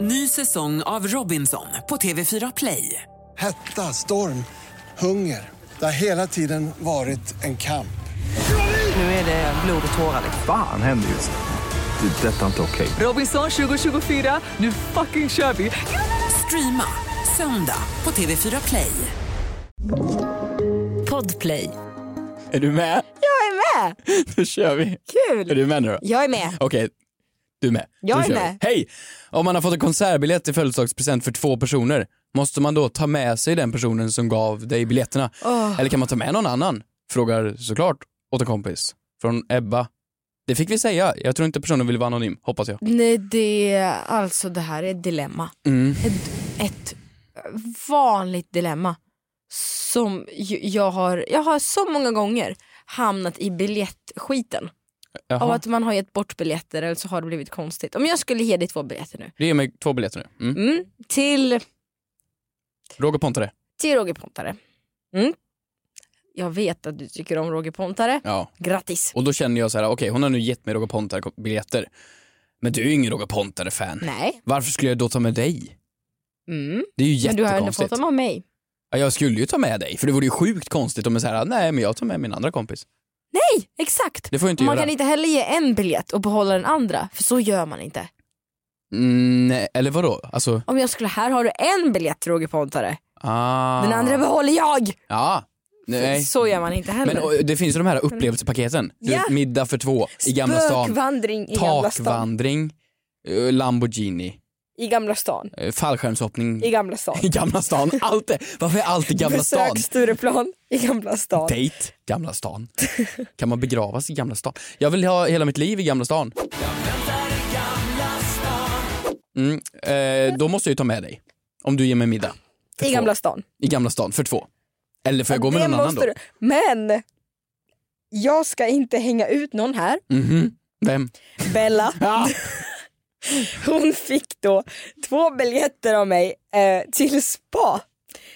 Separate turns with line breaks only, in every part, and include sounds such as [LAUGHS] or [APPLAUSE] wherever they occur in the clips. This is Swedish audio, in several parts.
Ny säsong av Robinson på TV4 Play.
Hetta, storm, hunger. Det har hela tiden varit en kamp.
Nu är det blod och tårar. liksom.
Fan händer just nu. Det. är Detta är inte okej.
Robinson 2024, nu fucking kör vi! Streama söndag på TV4 Play.
Podplay.
Är du med? [LAUGHS]
Jag är med!
Då kör vi. Är
Kul!
du med nu då?
Jag är med.
Okej, du är med.
Jag
Då
är
kör vi.
med.
Hej! Om man har fått en konsertbiljett i födelsedagspresent för två personer, måste man då ta med sig den personen som gav dig biljetterna? Eller kan man ta med någon annan? Frågar såklart åt en kompis. Från Ebba. Det fick vi säga. Jag tror inte personen ville vara anonym, hoppas jag.
Nej, det, alltså det här är ett dilemma.
Mm.
Ett, ett vanligt dilemma. Som ju- jag har, jag har så många gånger hamnat i biljettskiten. Av
Jaha.
att man har gett bort biljetter eller så har det blivit konstigt. Om jag skulle ge dig två biljetter nu.
Det ger mig två biljetter nu. Mm.
Mm, till,
Roger Pontare.
till Roger Pontare. Mm. Jag vet att du tycker om Roger Pontare.
Ja.
Grattis.
Och då känner jag så här, okej hon har nu gett mig Roger Pontare-biljetter. Men du är ju ingen Roger Pontare-fan.
Nej.
Varför skulle jag då ta med dig?
Mm.
Det är ju
Men du har ändå
jättekonstigt.
fått dem av mig.
Ja, jag skulle ju ta med dig, för det vore ju sjukt konstigt om jag säger nej men jag tar med min andra kompis.
Nej, exakt.
Det får jag inte
man
göra.
kan inte heller ge en biljett och behålla den andra, för så gör man inte.
Mm, nej, eller vadå? Alltså,
Om jag skulle, här har du en biljett Roger Pontare,
ah.
den andra behåller jag!
Ja. Nej.
Så gör man inte heller.
Men och, det finns ju de här upplevelsepaketen. Du
Ja.
vet, middag för två i Gamla stan,
Spökvandring i Gamla stan.
takvandring, eh, Lamborghini,
I Gamla stan.
eh, fallskärmshoppning
I Gamla stan.
[LAUGHS] i Gamla stan. Allt det. Varför är allt i Gamla
Besök
stan?
Stureplan i Gamla stan.
Date, Gamla stan. Kan man begravas i Gamla stan? Jag vill ha hela mitt liv i Gamla stan. Mm, eh, då måste jag ju ta med dig. Om du ger mig middag. För
I
två.
Gamla stan.
I Gamla stan, för två. Eller får jag gå med
Det
någon annan då?
måste du- Men jag ska inte hänga ut någon här.
[LAUGHS] Mhm. Vem?
Bella.
Ah,
Hon fick då två biljetter av mig eh, till spa.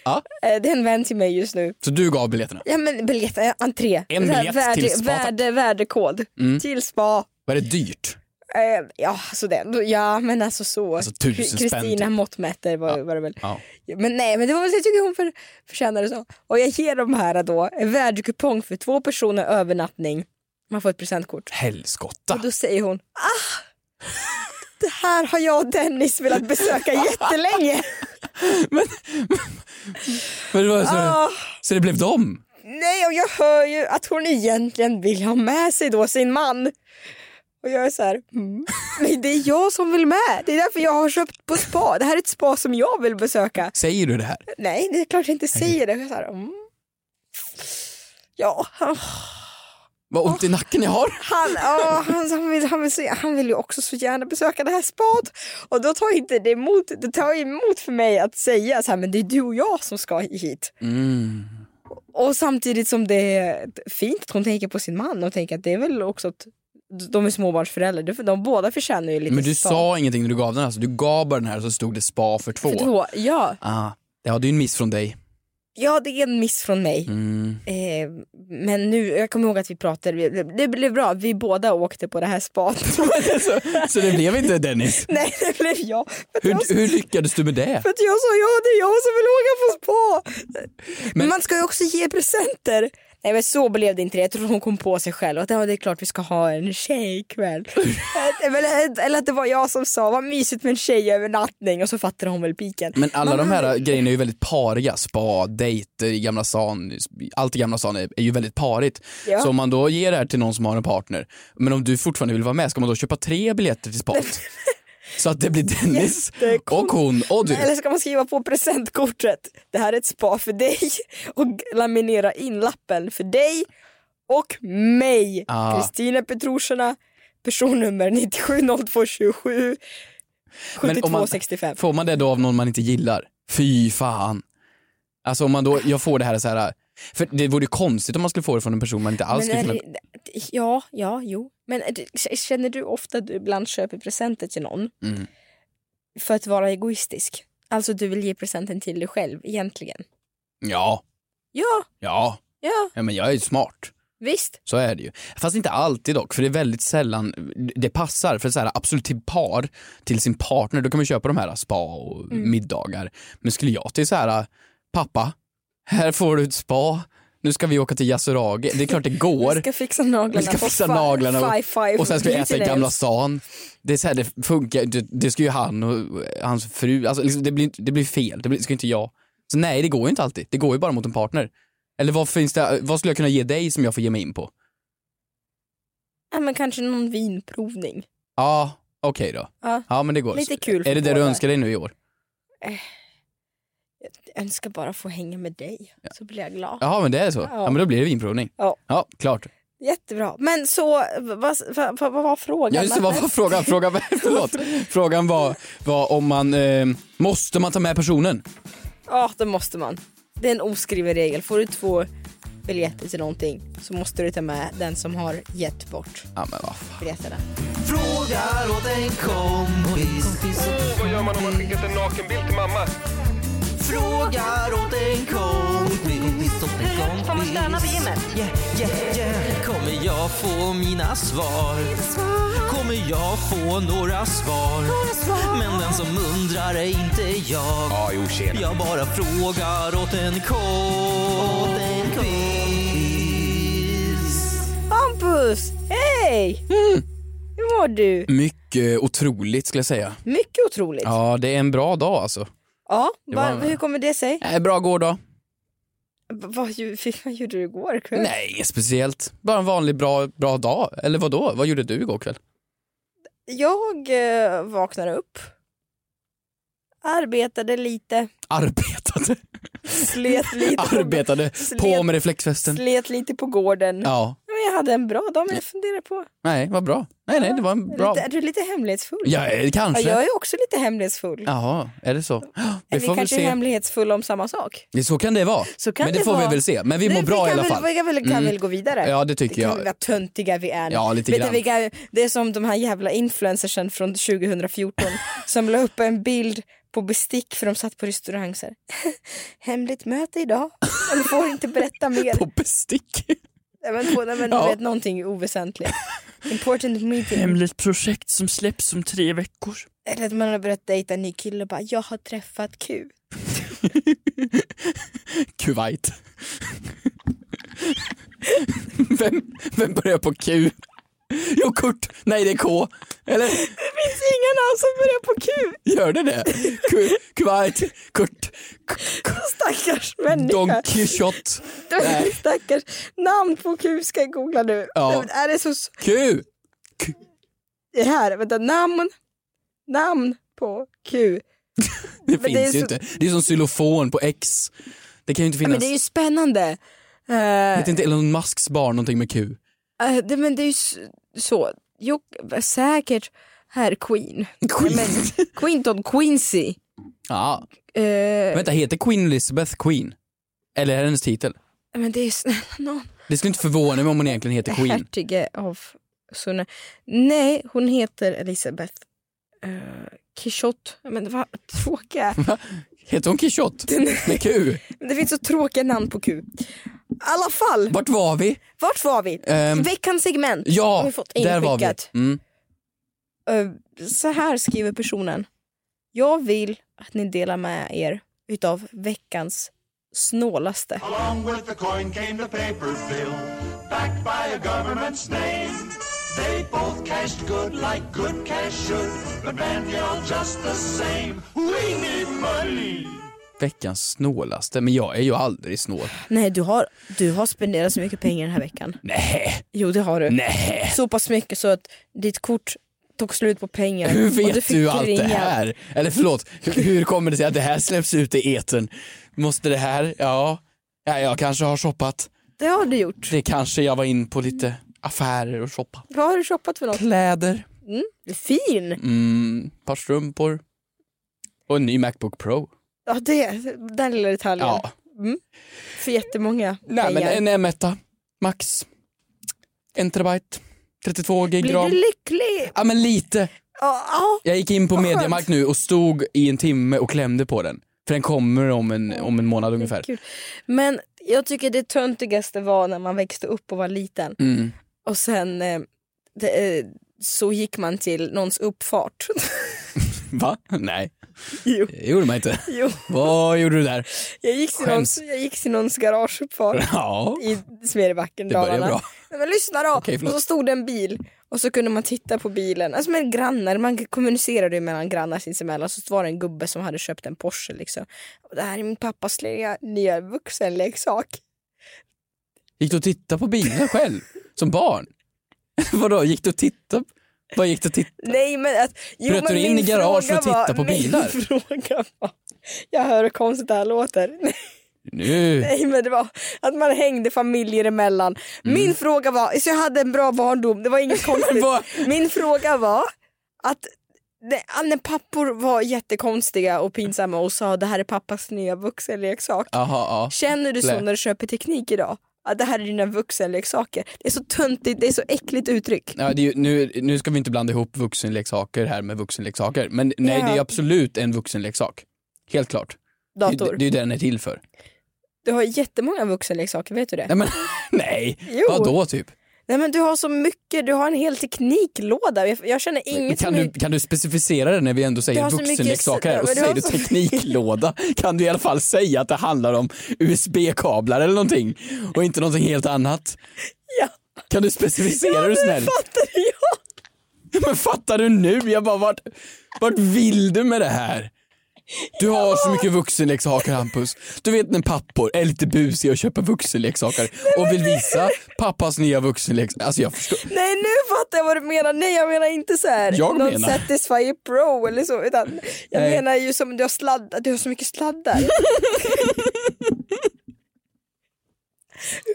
Ja.
Eh, det är en vän till mig just nu.
så du gav biljetterna?
Ja men biljett, eh, entré.
En
Så här,
biljett till spa, tack.
Värde, värdekod.
Mm.
Till spa.
Var det dyrt?
Eh, ja, så den. ja men alltså så.
Alltså, tusen spänn,
Kristina
typ.
måttmäter var, var det väl.
Ja.
Men nej men det var väl så jag tycker hon för, förtjänade så. Och jag ger de här då en värdekupong för två personer övernattning. Man får ett presentkort.
Helskotta.
Och då säger hon ah! Det här har jag och Dennis velat
[LAUGHS]
besöka jättelänge.
Men det var så,
Ah,
så det blev dem?
nej och jag hör ju att hon egentligen vill ha med sig då sin man. Och jag är så här, mm. men det är jag som vill med. Det är därför jag har köpt på spa. Det här är ett spa som jag vill besöka.
Säger du det här?
Nej, det är klart jag inte säger det. Jag är så här, mm. Ja, han,
Vad ont i nacken jag har?
han, åh, han, han, vill, han, vill, så- han vill ju också så gärna besöka det här spat. Och då tar inte det emot, det tar ju emot för mig att säga så här, men det är du och jag som ska hit.
Mm.
Och samtidigt som det är fint att hon tänker på sin man och tänker att det är väl också att de är småbarnsföräldrar, Det- de båda förtjänar ju lite
Men du
spa.
sa ingenting när du gav den alltså? Du gav bara den här och så stod det spa för två?
För två, ja.
Ah, ja, det är ju en miss från dig.
ja, det är en miss från mig.
Mm.
Eh, men nu, jag kommer ihåg att vi pratade, vi- det blev bra, vi båda åkte på det här spat. [LAUGHS]
så, så det blev inte Dennis.
Nej, det blev jag. För att jag
Hur, hur lyckades du med det?
För att jag sa ja, det är jag som vill åka på spa. Men
Men-
man ska ju också ge presenter. Nej men så blev det inte det. Jag tror hon kom på sig själv att ja, det är klart vi ska ha en
[LAUGHS]
tjejkväll. eller, eller att det var jag som sa vad mysigt med en tjejövernattning och så fattade hon väl piken.
Men alla
Man-
de här grejerna är ju väldigt pariga. Spa, dejter i Gamla stan, allt i Gamla stan är, är ju väldigt parigt.
Ja.
Så om man då ger det här till någon som har en partner, men om du fortfarande vill vara med, ska man då köpa tre biljetter till
[LAUGHS]
spat? Så att det blir Dennis och
Jättekonstigt.
hon och du.
Eller ska man skriva på presentkortet? Det här är ett spa för dig. Och laminera in lappen för dig och mig.
Ah.
Kristina Petrushina, personnummer 970227
Men om man-
7265.
Får man det då av någon man inte gillar? Fy fan. Alltså om man då, jag får det här så här, för det vore ju konstigt om man skulle få det från en person man inte alls skulle
Men är
kunna...
det- Ja, ja, jo. Men är det- känner du ofta att du ibland köper presenter till någon
Mm.
för att vara egoistisk? Alltså du vill ge presenten till dig själv egentligen?
Ja,
Ja,
ja,
ja.
ja men jag är ju smart.
Visst.
Så är det ju. Fast inte alltid dock, för det är väldigt sällan det passar. För så här, absolut till par, till sin partner, då kan man köpa de här spa och
Mm.
middagar. Men skulle jag till så här, pappa, här får du ett spa, nu ska vi åka till Yasuragi. Det
[LAUGHS]
är klart det går.
Vi ska fixa naglarna
Vi ska
på
fixa
fi-
naglarna och,
fi- fi-
och sen ska vi äta i
fingernails.
Gamla stan. Det, är så här, det funkar det, det ska ju han och hans fru, alltså, liksom, det, blir, inte- det blir fel, det, blir, det ska inte jag. Så nej, det går ju inte alltid. Det går ju bara mot en partner. Eller vad, finns det, vad skulle jag kunna ge dig som jag får ge mig in på?
Ja, men kanske någon vinprovning.
Ja, okej då.
Ja.
Ja, men det går.
Lite kul för
Är det det du
båda.
önskar dig nu i år?
Jag önskar bara få hänga med dig, så blir jag glad.
Jaha, men det är så. Ja,
Ja.
men då blir det vinprovning.
Ja.
Ja, klart.
Jättebra. Men så, v- vad vad- vad var frågan?
Ja, just det, vad var frågan? Frågan,
[LAUGHS]
förlåt. frågan var, var om man, eh, måste man ta med personen?
Ja, det måste man. Det är en oskriven regel. Får du två biljetter till någonting så måste du ta med den som har gett bort
Ja, men vad fan.
biljetterna.
Frågar åt en kompis. Vad gör man om man skickat en nakenbild till mamma? Frågar åt en kompis. Åt en kompis. Får man stanna vid gymmet? Yeah, yeah, yeah. Kommer jag få mina svar? Kommer jag få några svar? Men den som undrar är inte jag. Jag bara frågar åt en kompis.
Hampus! Hej!
Mm.
Hur mår du?
Mycket otroligt skulle jag säga.
Mycket otroligt. Ja,
Ja, det är en bra dag alltså.
va,
var-
hur kommer det sig?
Äh, bra går då.
V- Vad, ju- [LAUGHS] vad gjorde du igår kväll?
Nej, inget speciellt. Bara en vanlig bra, bra dag. Eller vad då? Vad gjorde du igår kväll?
Jag eh, vaknade upp, arbetade lite, [LAUGHS]
Arbetade.
slet
[LAUGHS]
lite, på,
Arbetade. På med reflexvästen.
slet lite på gården.
Ja.
Men jag hade en bra dag men jag funderar på,
Nej, vad bra. Nej, nej, det var en bra...
lite, är du lite hemlighetsfull?
Ja, eh,
Ja,
kanske.
jag är också lite hemlighetsfull.
Jaha, är det så?
Är
Vi
vi
får väl
kanske
se.
hemlighetsfulla om samma sak?
Det- Så kan det vara.
Så kan
Men det,
det
får
vara.
vi väl se. Men vi
Nu,
mår bra
kan
i alla
väl,
fall. Mm.
Vi kan väl, kan väl gå vidare?
Ja, det tycker
det kan
jag.
vi vad töntiga vi är nu.
Ja, lite
Vet ni
grann.
vilka, det är som de här jävla influencersen från
[LAUGHS]
2014 som la upp en bild på bestick för de satt på restaurang så här. [LAUGHS] Hemligt möte idag. Man får inte berätta mer.
[LAUGHS] På bestick.
Nej, men, på, nej, men,
Ja.
du vet, någonting oväsentligt. Important meeting.
Hemligt projekt som släpps om tre veckor.
Eller att man har börjat dejta en ny kille och bara jag har träffat Q.
Kuwait. vem, vem börjar på Q? Jo, Kurt. Nej, det är K. Eller
Det finns inga namn
Alltså,
som börjar på Q.
gör det det? Ku- Kuwait, Kurt, K- K-
[LAUGHS] Stackars människa.
Don Quixote. Nej.
[LAUGHS] Stackars namn på Q ska jag googla nu.
Ja.
Nej, men Är det så...
Q.
Det här, vänta, namn. Namn på Q.
Det
det
finns
är
ju
så-
inte. Det är som xylofon på X. Det kan ju inte
Ja,
finnas.
men det är ju spännande. Eh,
Heter inte Elon Musks barn någonting med Q?
eh, det, men det är ju s- så. Jo, säkert herr Queen. Queen. Men, Quinton Quincy.
[LAUGHS] Ja.
Eh,
Vänta, heter Queen Elizabeth Queen? Eller är det hennes titel?
men det är ju snälla någon.
Det skulle inte förvåna mig om hon egentligen
[LAUGHS]
heter Queen.
Hertige av Sunne. Nej, hon heter Elisabeth uh, Quichotte. Men vad
[LAUGHS]
tråkiga.
Heter hon Quixote? Med Q?
Men Det finns så tråkiga namn på Q. I alla fall,
Vart var vi?
vart var vi?
Ehm,
Veckans segment. har
Ja,
vi fått
där var vi.
inskickat.
Mm.
Eh, Så här skriver personen. Jag vill att ni delar med er utav veckans snålaste.
Along with the coin came the paper bill, backed by a government snake. They both cashed good like good cash should, but man yelled just the same. We need money.
Veckans snålaste, men jag är ju aldrig snål.
Nej, du har, du har spenderat så mycket pengar den här veckan.
Nej,
Jo, det har du.
nej.
Så pass mycket så att ditt kort tog slut på pengar.
Hur
och
vet
fick
du allt det
ringa.
här? Eller förlåt, hur, hur kommer det sig att det här släpps ut i etern? Måste det här, ja. ja, jag kanske har shoppat.
Det har du gjort.
Det kanske jag var in på lite affärer och shoppat.
Vad har du shoppat för något?
Kläder,
Fin!
mm, par strumpor och en ny Macbook Pro.
Ja, det, den lilla detaljen.
Ja,
För jättemånga
nej men
pengar.
en M1 max, en terabyte, 32 gig
Blir
ram.
du lycklig?
Ja men lite.
Ja, ja.
Jag gick in på
Vad skönt.
Mediamarkt nu och stod i en timme och klämde på den. För den kommer om en, om en månad ungefär.
Kul. Men Jag tycker det töntigaste var när man växte upp och var liten
Mm.
och sen eh, det, eh, så gick man till någons
[LAUGHS]
uppfart.
Va? Nej,
jo,
det gjorde man inte.
jo.
Vad gjorde du där?
[LAUGHS] Jag, gick till
Skäms.
någons, jag gick till någons garageuppfart
Ja,
i Smedjebacken,
det började
Dalarna.
bra.
Nej, men lyssna då!
Okej,
och
förlåt.
så stod det en bil och så kunde man titta på bilen. Alltså med grannar, man kommunicerade ju mellan grannar sinsemellan. Så var det en gubbe som hade köpt en Porsche liksom. Och det här är min pappas lilla nya vuxenleksak.
Gick du och tittade på bilar själv? Som barn? [LAUGHS] Vadå, gick du och tittade? Vad gick du och tittade?
Nej men att... Jo,
Bröt
men
du in
min
i garage för att
fråga
titta på
var,
bilar?
Min fråga var... Jag hör hur konstigt det här låter. [LAUGHS]
Nu?
Nej men det var att man hängde familjer emellan. Min fråga var, så jag hade en bra barndom, det var
[LAUGHS]
inget konstigt.
Mm. Vad?
Min fråga var att det, när pappor var jättekonstiga och pinsamma och sa det här är pappas nya vuxenleksak.
Ah, Jaha, ja.
Känner du så
Lä.
när du köper teknik idag? Att det här är dina vuxenleksaker. Det är så töntigt, det är så äckligt uttryck.
ja det är ju, nu, nu ska vi inte blanda ihop vuxenleksaker här med vuxenleksaker. Men nej,
Ja.
det är absolut en vuxenleksak. Helt klart. Det, är-
Dator.
det är ju det den är till för.
Du har jättemånga vuxenleksaker, vet du det?
Nej, men [LAUGHS] nej.
Jo.
Vadå typ?
Nej men du har så mycket, du har en hel tekniklåda. Jag, jag känner inget
Kan
som
du, kan du specificera det när vi ändå
Du
säger
har så mycket-
vuxenleksaker här och
men du
så säger
har
du
så- [LAUGHS]
tekniklåda? Kan du i alla fall säga att det handlar om USB-kablar eller någonting och inte någonting helt annat?
[LAUGHS] Ja.
Kan du specificera är du snäll?
Fattar du? Ja.
[LAUGHS] Men fattar du nu? Jag bara, vart, vart vill du med det här? Du har så mycket vuxenleksaker Hampus. Du vet när pappor är lite busiga och köper vuxenleksaker och vill visa pappas nya vuxenleksaker. Alltså jag förstår.
Nej nu fattar jag vad du menar. Nej jag menar inte så här
Jag
någon
menar.
Satisfyer Pro eller så utan jag
Nej.
menar ju som du har sladdar, du har så mycket
[LAUGHS]
sladdar.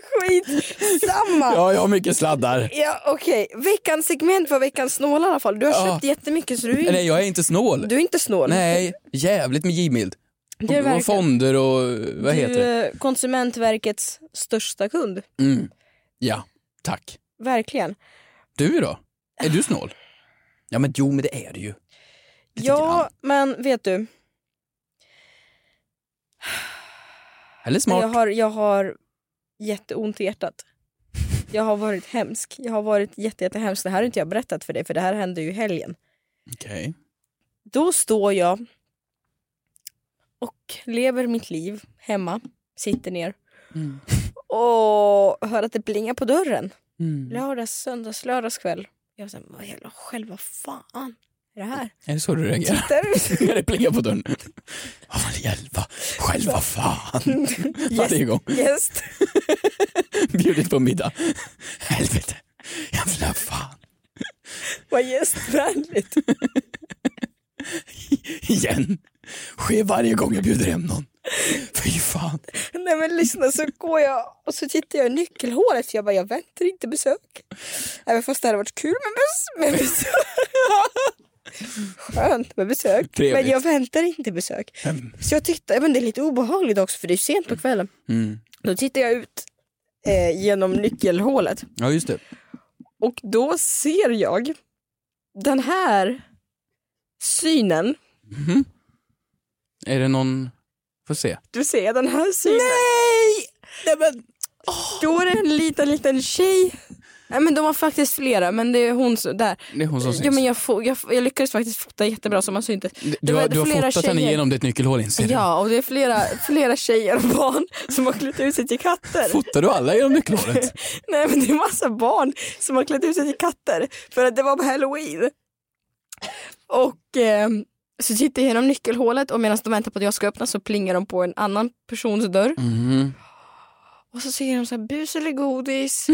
Skit samma. Ja.
Ja, jag har mycket sladdar.
okej, veckans segment var veckans snål i alla fall. Du har
Ja.
köpt jättemycket så du är,
Nej, jag är inte snål.
du är inte snål.
Nej, jävligt med givmild.
det är
Och- Och fonder och vad heter
du
det?
är Konsumentverkets största kund.
Mm. Ja, tack.
Verkligen.
Du då? Är du snål? Ja men jo men det är du ju. Lite
Ja
grann.
men vet du,
Eller
Men
smart.
Jag har, jag har jätteont i hjärtat. Jag har varit hemsk. Jag har varit jätte, jättehemsk. Det här har inte jag berättat för dig för det här hände ju i helgen.
Okej.
Då står jag och lever mitt liv hemma, sitter ner
Mm.
och hör att det plingar på dörren.
Mm.
Lördags, söndags, lördagskväll. Jag var såhär, vad jävla själv, vad fan är det
[LAUGHS]
här?
Är det så du reagerar?
Där är
När det plingar på dörren. Ja men hjälpa,
[LAUGHS]
själva fan. Varje gång.
Gäst.
Bjudit på middag. Helvete. Jävla fan.
Vad gästvänligt.
Igen. Sker varje gång jag bjuder hem någon. Fy fan.
Nej men lyssna så går jag och så tittar jag i nyckelhålet för jag bara jag väntar inte besök. Även fast det hade varit kul med, bes- med besök. [LAUGHS] Skönt med besök.
Trevligt.
Men jag väntar inte besök. Så jag tittar, men det är lite obehagligt också för det är sent på kvällen.
Mm.
Då tittar jag ut eh, genom nyckelhålet
Ja just det.
och då ser jag den här synen.
Är det någon, får se.
Du ser den här synen. Nej! Nej men. Då är det en liten, liten tjej. Nej men de har faktiskt flera men det är hon som, där.
Det är hon som syns.
Ja, men jag, fo- jag, jag lyckades faktiskt fota jättebra som man syntes. Det
Du
var
har, du har
flera
fotat henne
tjejer.
genom ditt nyckelhål inser du.
Ja och det är flera, flera tjejer och barn som har klätt ut sig till katter.
Fotar du alla genom nyckelhålet?
[LAUGHS] Nej men det är massa barn som har klätt ut sig till katter för att det var på halloween. Och eh, så tittar jag genom nyckelhålet och medan de väntar på att jag ska öppna så plingar de på en annan persons dörr.
Mm.
Och så säger de så här bus eller godis.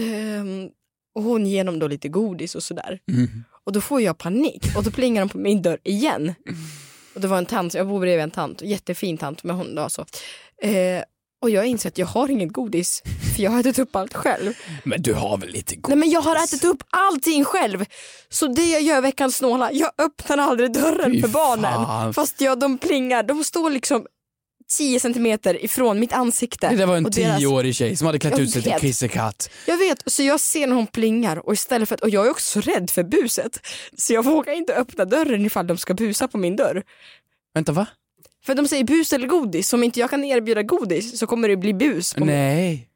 Ehm, och hon ger dem då lite godis och sådär.
Mm.
Och då får jag panik och då plingar de på min dörr igen. Och det var en tant, jag bor bredvid en tant, jättefin tant men hon var så. Eh, och jag inser att jag har inget godis för jag har ätit upp allt själv.
Men du har väl lite god...
Nej men jag har ätit upp allting själv. Så det jag gör veckans snåla, jag öppnar aldrig dörren
Fy
för barnen.
fan.
Fast jag, de plingar, de står liksom 10 centimeter ifrån mitt ansikte.
Det där var en
och deras-
tioårig tjej som hade klätt
Jag
ut sig till
vet.
kissekatt.
Jag vet, så jag ser när hon plingar och istället för att, och jag är också så rädd för buset. Så jag vågar inte öppna dörren ifall de ska busa på min dörr.
Vänta va?
För de säger bus eller godis, om inte jag kan erbjuda godis så kommer det bli bus. På mig.
Nej.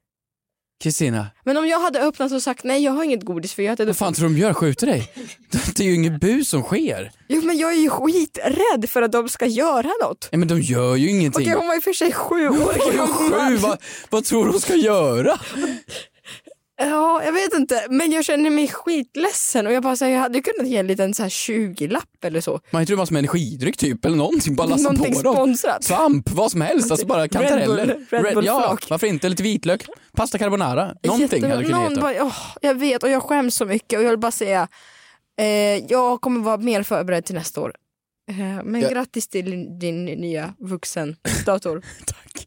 Kristina,
Men om jag hade öppnat och sagt nej jag har inget godis för jag äter
vad fan tror du de gör? Skjuter dig? [LAUGHS] Det är ju inget bus som sker.
Jo men jag är ju skiträdd för att de ska göra något.
Nej men de gör ju ingenting.
Okej hon var i och för sig sju år
Sju,
gammal.
vad, vad tror du de ska göra?
Ja jag vet inte men jag känner mig skitledsen och jag bara säger jag hade ju kunnat ge en liten så här 20-lapp eller så.
Man hittar ju massor med energidryck typ eller någonting, bara lassa
Någonting
på dem.
sponsrat.
Svamp, vad som helst, alltså bara kantareller.
Red Bull- Red
Red- ja,
Bull-flak.
varför inte? Lite vitlök, pasta carbonara, någonting
Jätte-
hade du kunnat
någon
heta.
bara, åh, Jag vet och jag skäms så mycket och jag vill bara säga eh, jag kommer vara mer förberedd till nästa år. Eh, men
Ja.
grattis till din nya vuxendator.
[LAUGHS] Tack.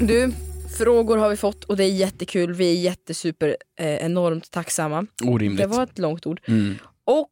Du, frågor har vi fått och det är jättekul. Vi är jättesuper eh, enormt tacksamma. Det
Orimligt.
var ett långt ord.
Mm.
Och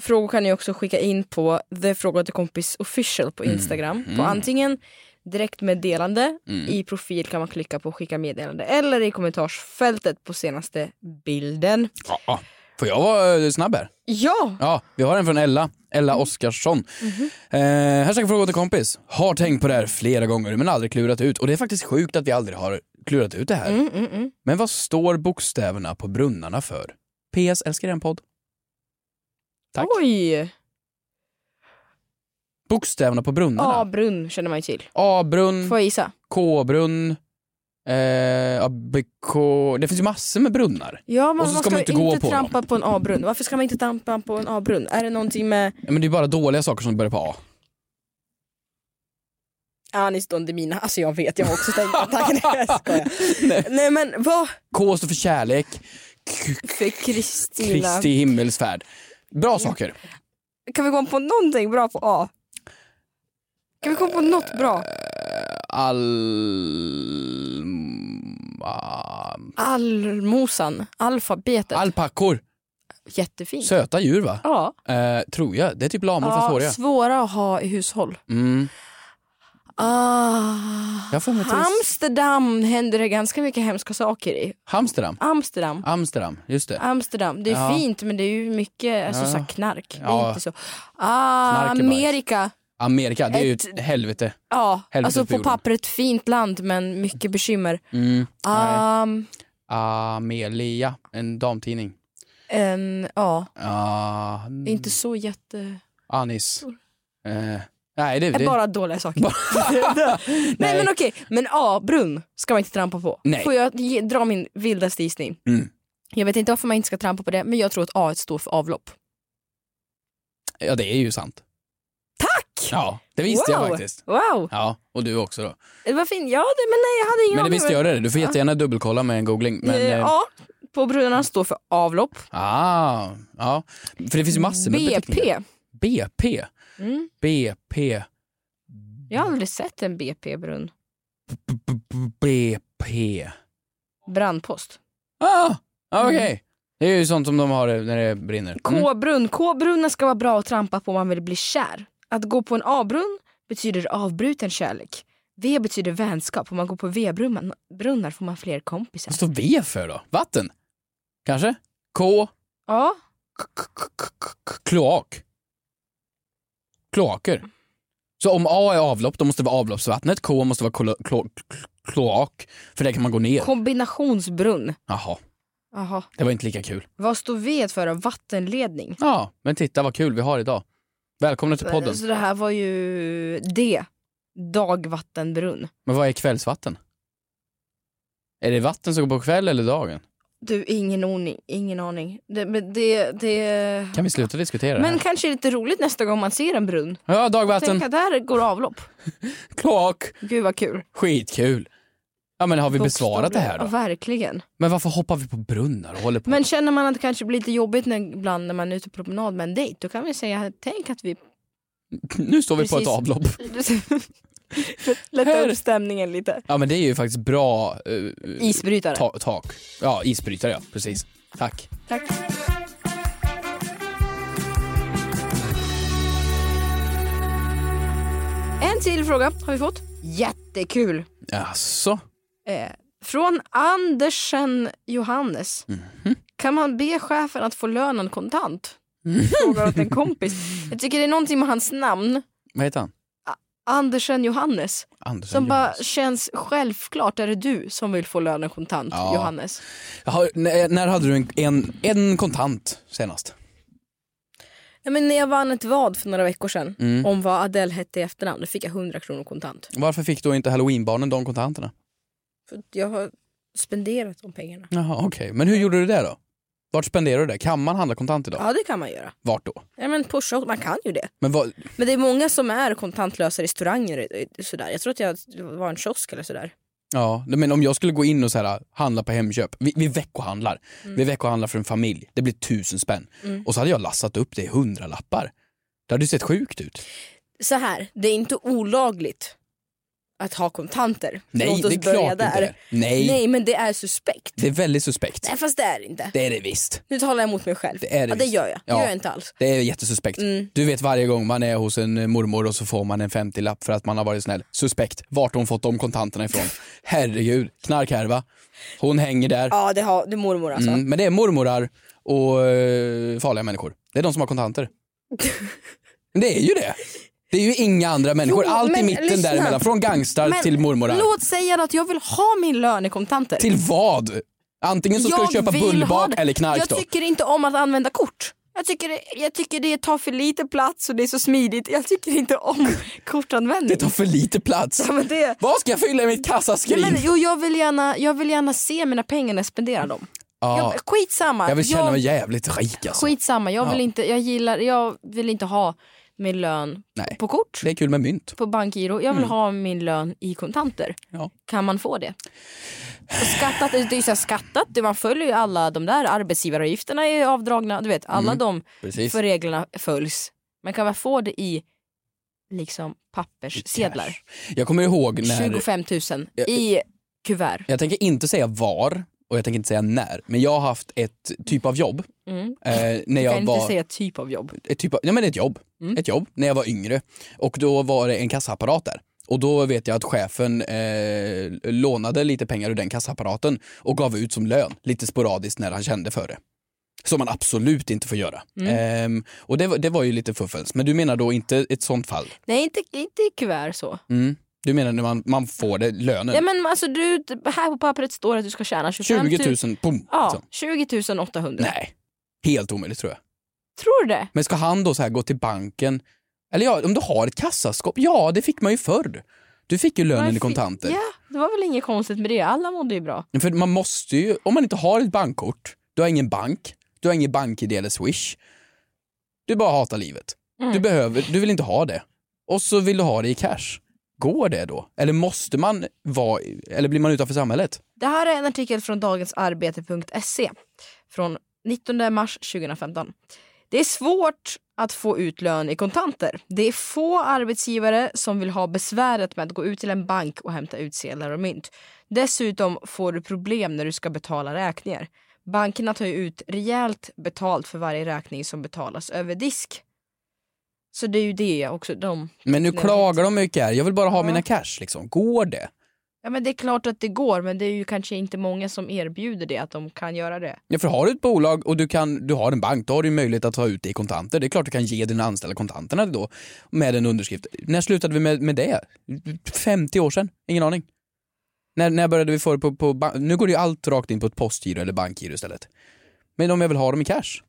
frågor kan ni också skicka in på The Fråga till kompis official
Mm.
på Instagram. På antingen direktmeddelande,
Mm.
i profil kan man klicka på skicka meddelande eller i kommentarsfältet på senaste bilden.
Ja, ja. Får jag vara eh, snabb här?
Ja!
Ja, vi har en från Ella. Ella
Mm.
Oskarsson.
Mhm.
Eh, här ska jag fråga till kompis. Har tänkt på det här flera gånger men aldrig klurat ut. Och det är faktiskt sjukt att vi aldrig har klurat ut det
Mm.
här. Men vad står bokstäverna på brunnarna för? PS, älskar en podd. Tack.
Oj!
Bokstäverna på brunnarna.
A-brunn känner man ju till.
A-brunn,
Får jag gissa?
K-brunn, eh, ABK. Det finns ju massor med brunnar.
Ja,
Och
man,
så
man ska,
ska man inte gå på
trampa på en A-brunn. Varför ska man inte trampa på en A-brunn? Är det någonting med
Men det är bara dåliga saker som börjar på A.
Anis Don Demina? Alltså jag vet, jag har också tänkt på
[LAUGHS]
tanken. Jag skojar. Nej men vad?
K står för kärlek, K-
För Kristina.
Kristi himmelsfärd. Bra saker.
Kan vi komma på någonting bra på A? Kan vi komma på något bra?
Al...
Allmosan, alfabetet.
Alpackor.
Jättefint.
Söta djur va?
ja.
Eh, tror jag. Det är typ lamor fast håriga.
svåra att ha i hushåll.
Mm.
Ah.
Jag får mig till
Amsterdam händer det ganska mycket hemska saker i.
Amsterdam.
Amsterdam.
Amsterdam, just det.
Amsterdam, det är
Ja.
fint men det är ju mycket alltså,
Ja.
så här knark. Det
Ja.
är inte så. Ah,
Knark är bajs.
Amerika,
Amerika, det är ju
Ett-
ett helvete.
ja,
Helvetet
alltså
på
på
jorden.
pappret fint land men mycket bekymmer.
Mm. Nej.
Um,
Amelia, en damtidning.
en, ja,
Ah,
det är inte så jätte...
Anis. Eh, nej, det...
Det...
det
Bara dåliga saker. nej. men okej, men A-brunn ska man inte trampa på.
Nej.
Får jag ge, dra min vildaste gissning?
Mm.
Jag vet inte varför man inte ska trampa på det men jag tror att A står för avlopp.
Ja, det är ju sant. Tack! Ja, det visste jag faktiskt.
Wow,
Ja, och du också då.
det var fint. Ja, det, men nej jag hade ingen
Men det
aning.
visste jag det. Du får jättegärna dubbelkolla med en googling. Men,
Eh,
eh,
A på brunnarna står för avlopp.
Ah, ja. För det finns ju massor med beteckningar.
BP.
BP.
Mm.
BP.
Jag har aldrig sett en BP-brunn.
B- b- b- BP.
Brandpost.
Ah, ah,
Mm.
okej. Det är ju sånt som de har när det brinner. Mm.
K-brunn. K-brunnar ska vara bra att trampa på om man vill bli kär. Att gå på en A-brunn betyder avbruten kärlek. V betyder vänskap. Om man går på V-brunnar får man fler kompisar.
Vad står V för då? Vatten? Kanske? K?
Ja,
k- k- k- k- k- Kloak? Kloaker? Så om A är avlopp, då måste det vara avloppsvattnet. K måste vara klo- klo- klo- kloak, för där kan man gå ner.
kombinationsbrunn.
Jaha,
Jaha.
det var inte lika kul.
Vad står V för då? Vattenledning.
Ja, men titta vad kul vi har idag. Välkomna till podden.
Så det här var ju D. Dagvattenbrunn.
Men vad är kvällsvatten? Är det vatten som går på kvällen eller dagen?
Du, ingen aning. Ingen aning. Det, men det, det...
Kan vi sluta diskutera
Men
det
kanske är det lite roligt nästa gång man ser en brunn.
här? Ja, dagvatten,
Tänk att där går avlopp.
kloak,
Gud vad kul.
skitkul. Ja men har vi besvarat det här
Ja,
då?
verkligen.
Men varför hoppar vi på brunnar och håller på?
Men känner man att det kanske blir lite jobbigt när, ibland när man är ute på promenad med en dejt, då kan vi säga tänk att vi... [LAUGHS]
Nu står vi på ett
precis.
avlopp.
Lätta
Här.
upp stämningen lite.
Ja men det är ju faktiskt bra eh,
Isbrytare.
ta- tak. Ja, isbrytare ja, precis. Tack.
Tack. En till fråga har vi fått. Jättekul.
Jaså?
Eh, från Andersen Johannes.
Mhm.
Kan man be chefen att få lönen kontant?
Mhm.
Frågar åt en kompis. Jag tycker det är någonting med hans namn,
Vad heter han?
Andersen Johannes,
Andersen
som bara
Johannes.
känns självklart är det du som vill få lönen kontant,
Ja.
Johannes.
Jaha, när, när hade du en, en, en kontant senast?
Ja, men när jag vann ett vad för några veckor sedan
Mm.
om vad Adele hette i efternamn, då fick jag 100 kronor kontant.
Varför fick då inte halloweenbarnen de kontanterna?
För att jag har spenderat de pengarna.
Jaha okej, men hur gjorde du det då? Vart spenderar du det? Kan man handla kontant idag?
Ja det kan man göra.
Vart då?
Ja, men på shop, man kan ju det.
Men vad,
Men det är många som är kontantlösa restauranger. eh, eh, Sådär. Jag tror att jag det var en kiosk eller sådär.
Ja, nej, men om jag skulle gå in och så här, handla på Hemköp, vi, vi veckohandlar,
Mm.
vi veckohandlar för en familj, det blir tusen spänn och så hade jag lassat upp det i hundralappar. Det hade ju sett sjukt ut.
Så här, det är inte olagligt att ha kontanter.
Nej,
Låt oss
det är
börja
klart inte det. Nej,
Nej men det är suspekt.
det är väldigt suspekt.
Nej fast det är det inte.
Det är det visst.
Nu talar jag mot mig själv.
Det är det
ja, det
visst.
gör jag. Det
Ja.
gör jag inte alls.
Det är jättesuspekt.
Mm.
Du vet varje gång man är hos en eh, mormor och så får man en 50-lapp för att man har varit snäll. Suspekt. Vart har hon fått de
[LAUGHS]
kontanterna ifrån? Herregud, knarkhärva. Hon hänger där.
Ja det, har, det är mormor alltså.
Mm, men det är mormorar och eh, farliga människor. Det är de som
[LAUGHS]
har kontanter. det är ju det. Det är ju inga andra människor.
Jo,
Allt i
men
mitten
lyssna.
däremellan. Från gangstar till mormorar.
låt säga att jag vill ha min lön i kontanter.
Till vad? Antingen så ska du köpa
vill ha
bullbak
det.
eller knark
Jag
då.
tycker inte om att använda kort. Jag tycker, det, jag tycker det tar för lite plats och det är så smidigt. Jag tycker inte om [LAUGHS]
Det
kortanvändning.
tar för lite plats.
Ja, men det,
Vad ska jag fylla i mitt
ja,
kassaskrin?
men, jo, jag, vill gärna, jag vill gärna se mina pengar när jag spenderar dem.
ja,
Jag, skitsamma.
jag vill känna
jag,
mig jävligt rik alltså.
skitsamma. Jag, vill
Ja.
inte, jag, gillar, jag vill inte ha min lön
Nej.
på kort,
Det är kul med mynt.
på bankgiro. Jag vill ha min lön i kontanter.
Mm. Ja.
Kan man få det? Och skattat, det är ju så här skattat, det- man följer ju alla de där arbetsgivaravgifterna är avdragna, du vet
Mm.
alla de
Precis.
för reglerna följs. Men kan man få det i liksom papperssedlar?
Jag kommer ihåg när
25 000
Ja,
i kuvert.
Jag tänker inte säga var och jag tänker inte säga när, men jag har haft ett typ av jobb.
Mm.
Eh, när
Jag
jag
kan inte
var,
säga Mm. typ av jobb.
ett, typ av, ja, men ett, jobb, ett jobb när jag var yngre och då var det en kassaapparat där. Och då vet jag att chefen eh, lånade lite pengar ur den kassaapparaten och gav ut som lön lite sporadiskt när han kände för det. Som man absolut inte får göra.
Mm.
Ehm, och det, var- det var ju lite fuffens. Men du menar då inte ett sånt fall?
Nej inte, inte i kuvert så.
Mm. Du menar när man, man får det, lönen?
Ja, men alltså, du, här på pappret står att du ska tjäna 25 000.
20 000, pum!
Ja,
liksom.
20 800.
Nej, helt omöjligt tror jag.
Tror du det?
Men ska han då så här gå till banken? Eller ja, om du har ett kassaskåp? Ja, det fick man ju förr. Du fick ju lönen i
Varför-
kontanter.
Ja, det var väl inget konstigt med det. Alla mådde ju bra.
För man måste ju, om man inte har ett bankkort, du har ingen bank, du har ingen bank-id eller swish. Du bara hatar livet.
Mm.
Du, behöver, du vill inte ha det. Och så vill du ha det i cash. Går det då? Eller måste man vara, eller blir man utanför samhället?
Det här är en artikel från dagensarbete.se från 19 mars 2015. Det är svårt att få ut lön i kontanter. Det är få arbetsgivare som vill ha besväret med att gå ut till en bank och hämta ut sedlar och mynt. Dessutom får du problem när du ska betala räkningar. Bankerna tar ju ut rejält betalt för varje räkning som betalas över disk. Så det är ju det också. De
Men nu
Nej.
klagar de mycket här, jag vill bara ha mina cash liksom. Går det?
Ja men det är klart att det går men det är ju kanske inte många som erbjuder det att de kan göra det.
Ja, för har du ett bolag och du, kan, du har en bank, då har du ju möjlighet att ta ut det i kontanter. Det är klart du kan ge dina anställda kontanterna då med en underskrift. När slutade vi med, med det? 50 år sedan? Ingen aning. När, när började vi få det på, på ban- Nu går det ju allt rakt in på ett postgiro eller bankgiro istället. Men om jag vill ha dem i cash?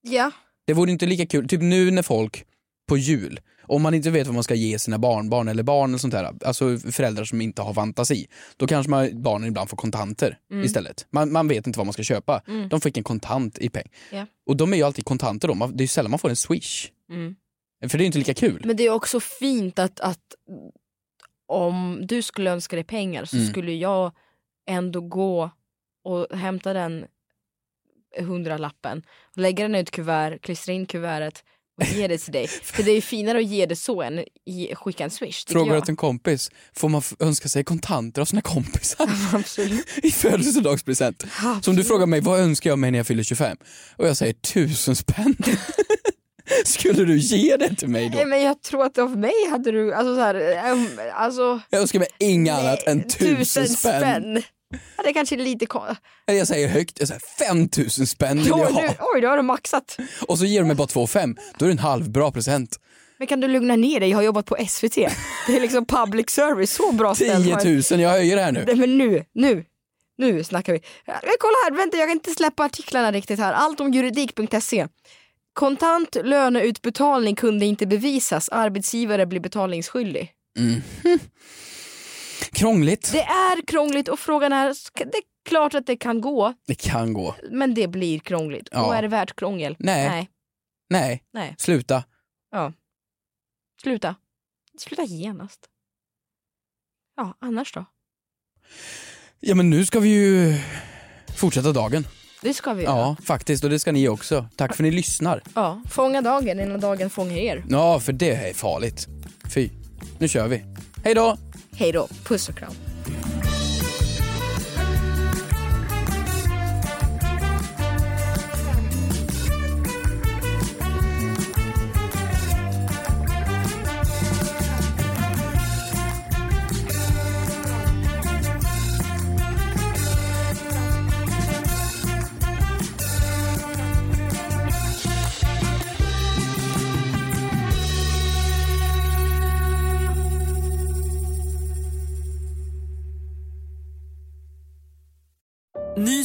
Ja.
Det vore inte lika kul. Typ nu när folk på jul, om man inte vet vad man ska ge sina barnbarn eller barn eller sånt där, alltså föräldrar som inte har fantasi, då kanske man, barnen ibland får kontanter istället. Man, man vet inte vad man ska köpa. De fick en kontant i peng.
Ja.
Och de är ju alltid kontanter då, man, det är ju sällan man får en swish.
Mm.
För det är ju inte lika kul.
Men det är också fint att, att om du skulle önska dig pengar så
Mm.
skulle jag ändå gå och hämta den hundralappen, lägga den i ett kuvert, klistra in kuvertet och ge det till dig. För det är ju finare att ge det så än ge, skicka en swish. tycker
Frågar
jag.
åt en kompis, får man f- önska sig kontanter av sina kompisar
Absolut.
i födelsedagspresent? Som du frågar mig, vad önskar jag mig när jag fyller 25? Och jag säger tusen spänn. [LAUGHS] Skulle du ge det till mig
Nej,
då?
men jag tror att av mig hade du, alltså så här, ehm, alltså
Jag önskar mig inget annat än tusen spänn.
Ja, det kanske är lite kon-
Eller jag säger högt, jag säger fem tusen spänn vill jag
oj,
ha.
nu, oj, då har du maxat.
Och så ger du mig bara två fem. Då är det en halvbra present.
Men kan du lugna ner dig? Jag har jobbat på SVT. Det är liksom public service, så bra ställd.
10
har jag-
000, jag höjer det här nu.
Nej, men nu, nu, nu snackar vi. Ja, Men kolla här, vänta jag kan inte släppa artiklarna riktigt här. Allt om juridik.se. Kontant löneutbetalning kunde inte bevisas. Arbetsgivare blir betalningsskyldig.
Krångligt.
Det är krångligt och frågan är, ska- det är klart att det kan gå,
Det kan gå.
men det blir krångligt.
Ja.
Och är det värt krångel?
Nej.
Nej.
Nej,
Nej.
sluta.
Sluta. Sluta genast. Ja, annars då?
Ja men nu ska vi ju fortsätta dagen.
Det ska vi göra.
Ja, faktiskt. Och det ska ni också. Tack för ni lyssnar.
Ja, fånga dagen innan dagen fångar er.
Ja, för det är farligt. Fy. Nu kör vi. Hej då!
Hej då, puss och kram.
Ny